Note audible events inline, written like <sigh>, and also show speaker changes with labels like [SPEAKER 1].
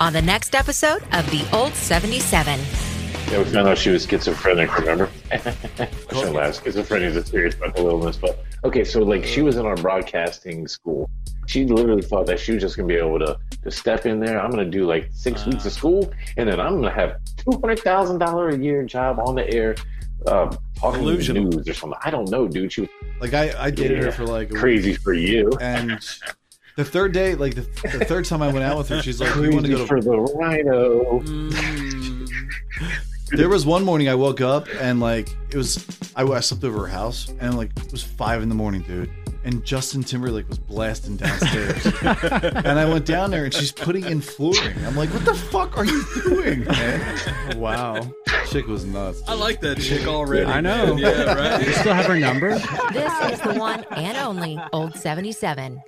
[SPEAKER 1] on the next episode of The Old 77.
[SPEAKER 2] Yeah, we found out she was schizophrenic, remember?
[SPEAKER 3] <laughs>
[SPEAKER 2] I shouldn't laugh. Schizophrenia is a serious mental illness, but okay, so like she was in our broadcasting school. She literally thought that she was just gonna be able to, to step in there. I'm gonna do like six weeks of school, and then I'm gonna have two hundred thousand dollar a year job on the air, uh, talking to the
[SPEAKER 3] Delusional.
[SPEAKER 2] news or something. I don't know, dude. She was
[SPEAKER 3] Like I, I dated
[SPEAKER 2] Yeah.
[SPEAKER 3] her for like a week,
[SPEAKER 2] crazy for you,
[SPEAKER 3] and the third day, like the, the third time I went out with her, she's like, "You want to
[SPEAKER 2] crazy
[SPEAKER 3] go to
[SPEAKER 2] for the rhino.
[SPEAKER 3] There was one morning I woke up and like it was I, I slept over her house and like it was five in the morning, dude. And Justin Timberlake was blasting downstairs, and I went down there and she's putting in flooring. I'm like, what the fuck are you doing, man?
[SPEAKER 4] Wow.
[SPEAKER 3] Chick was nuts.
[SPEAKER 5] I like that chick already.
[SPEAKER 4] I know.
[SPEAKER 5] Yeah, right.
[SPEAKER 4] You still have her number?
[SPEAKER 1] This is the one and only Old 77.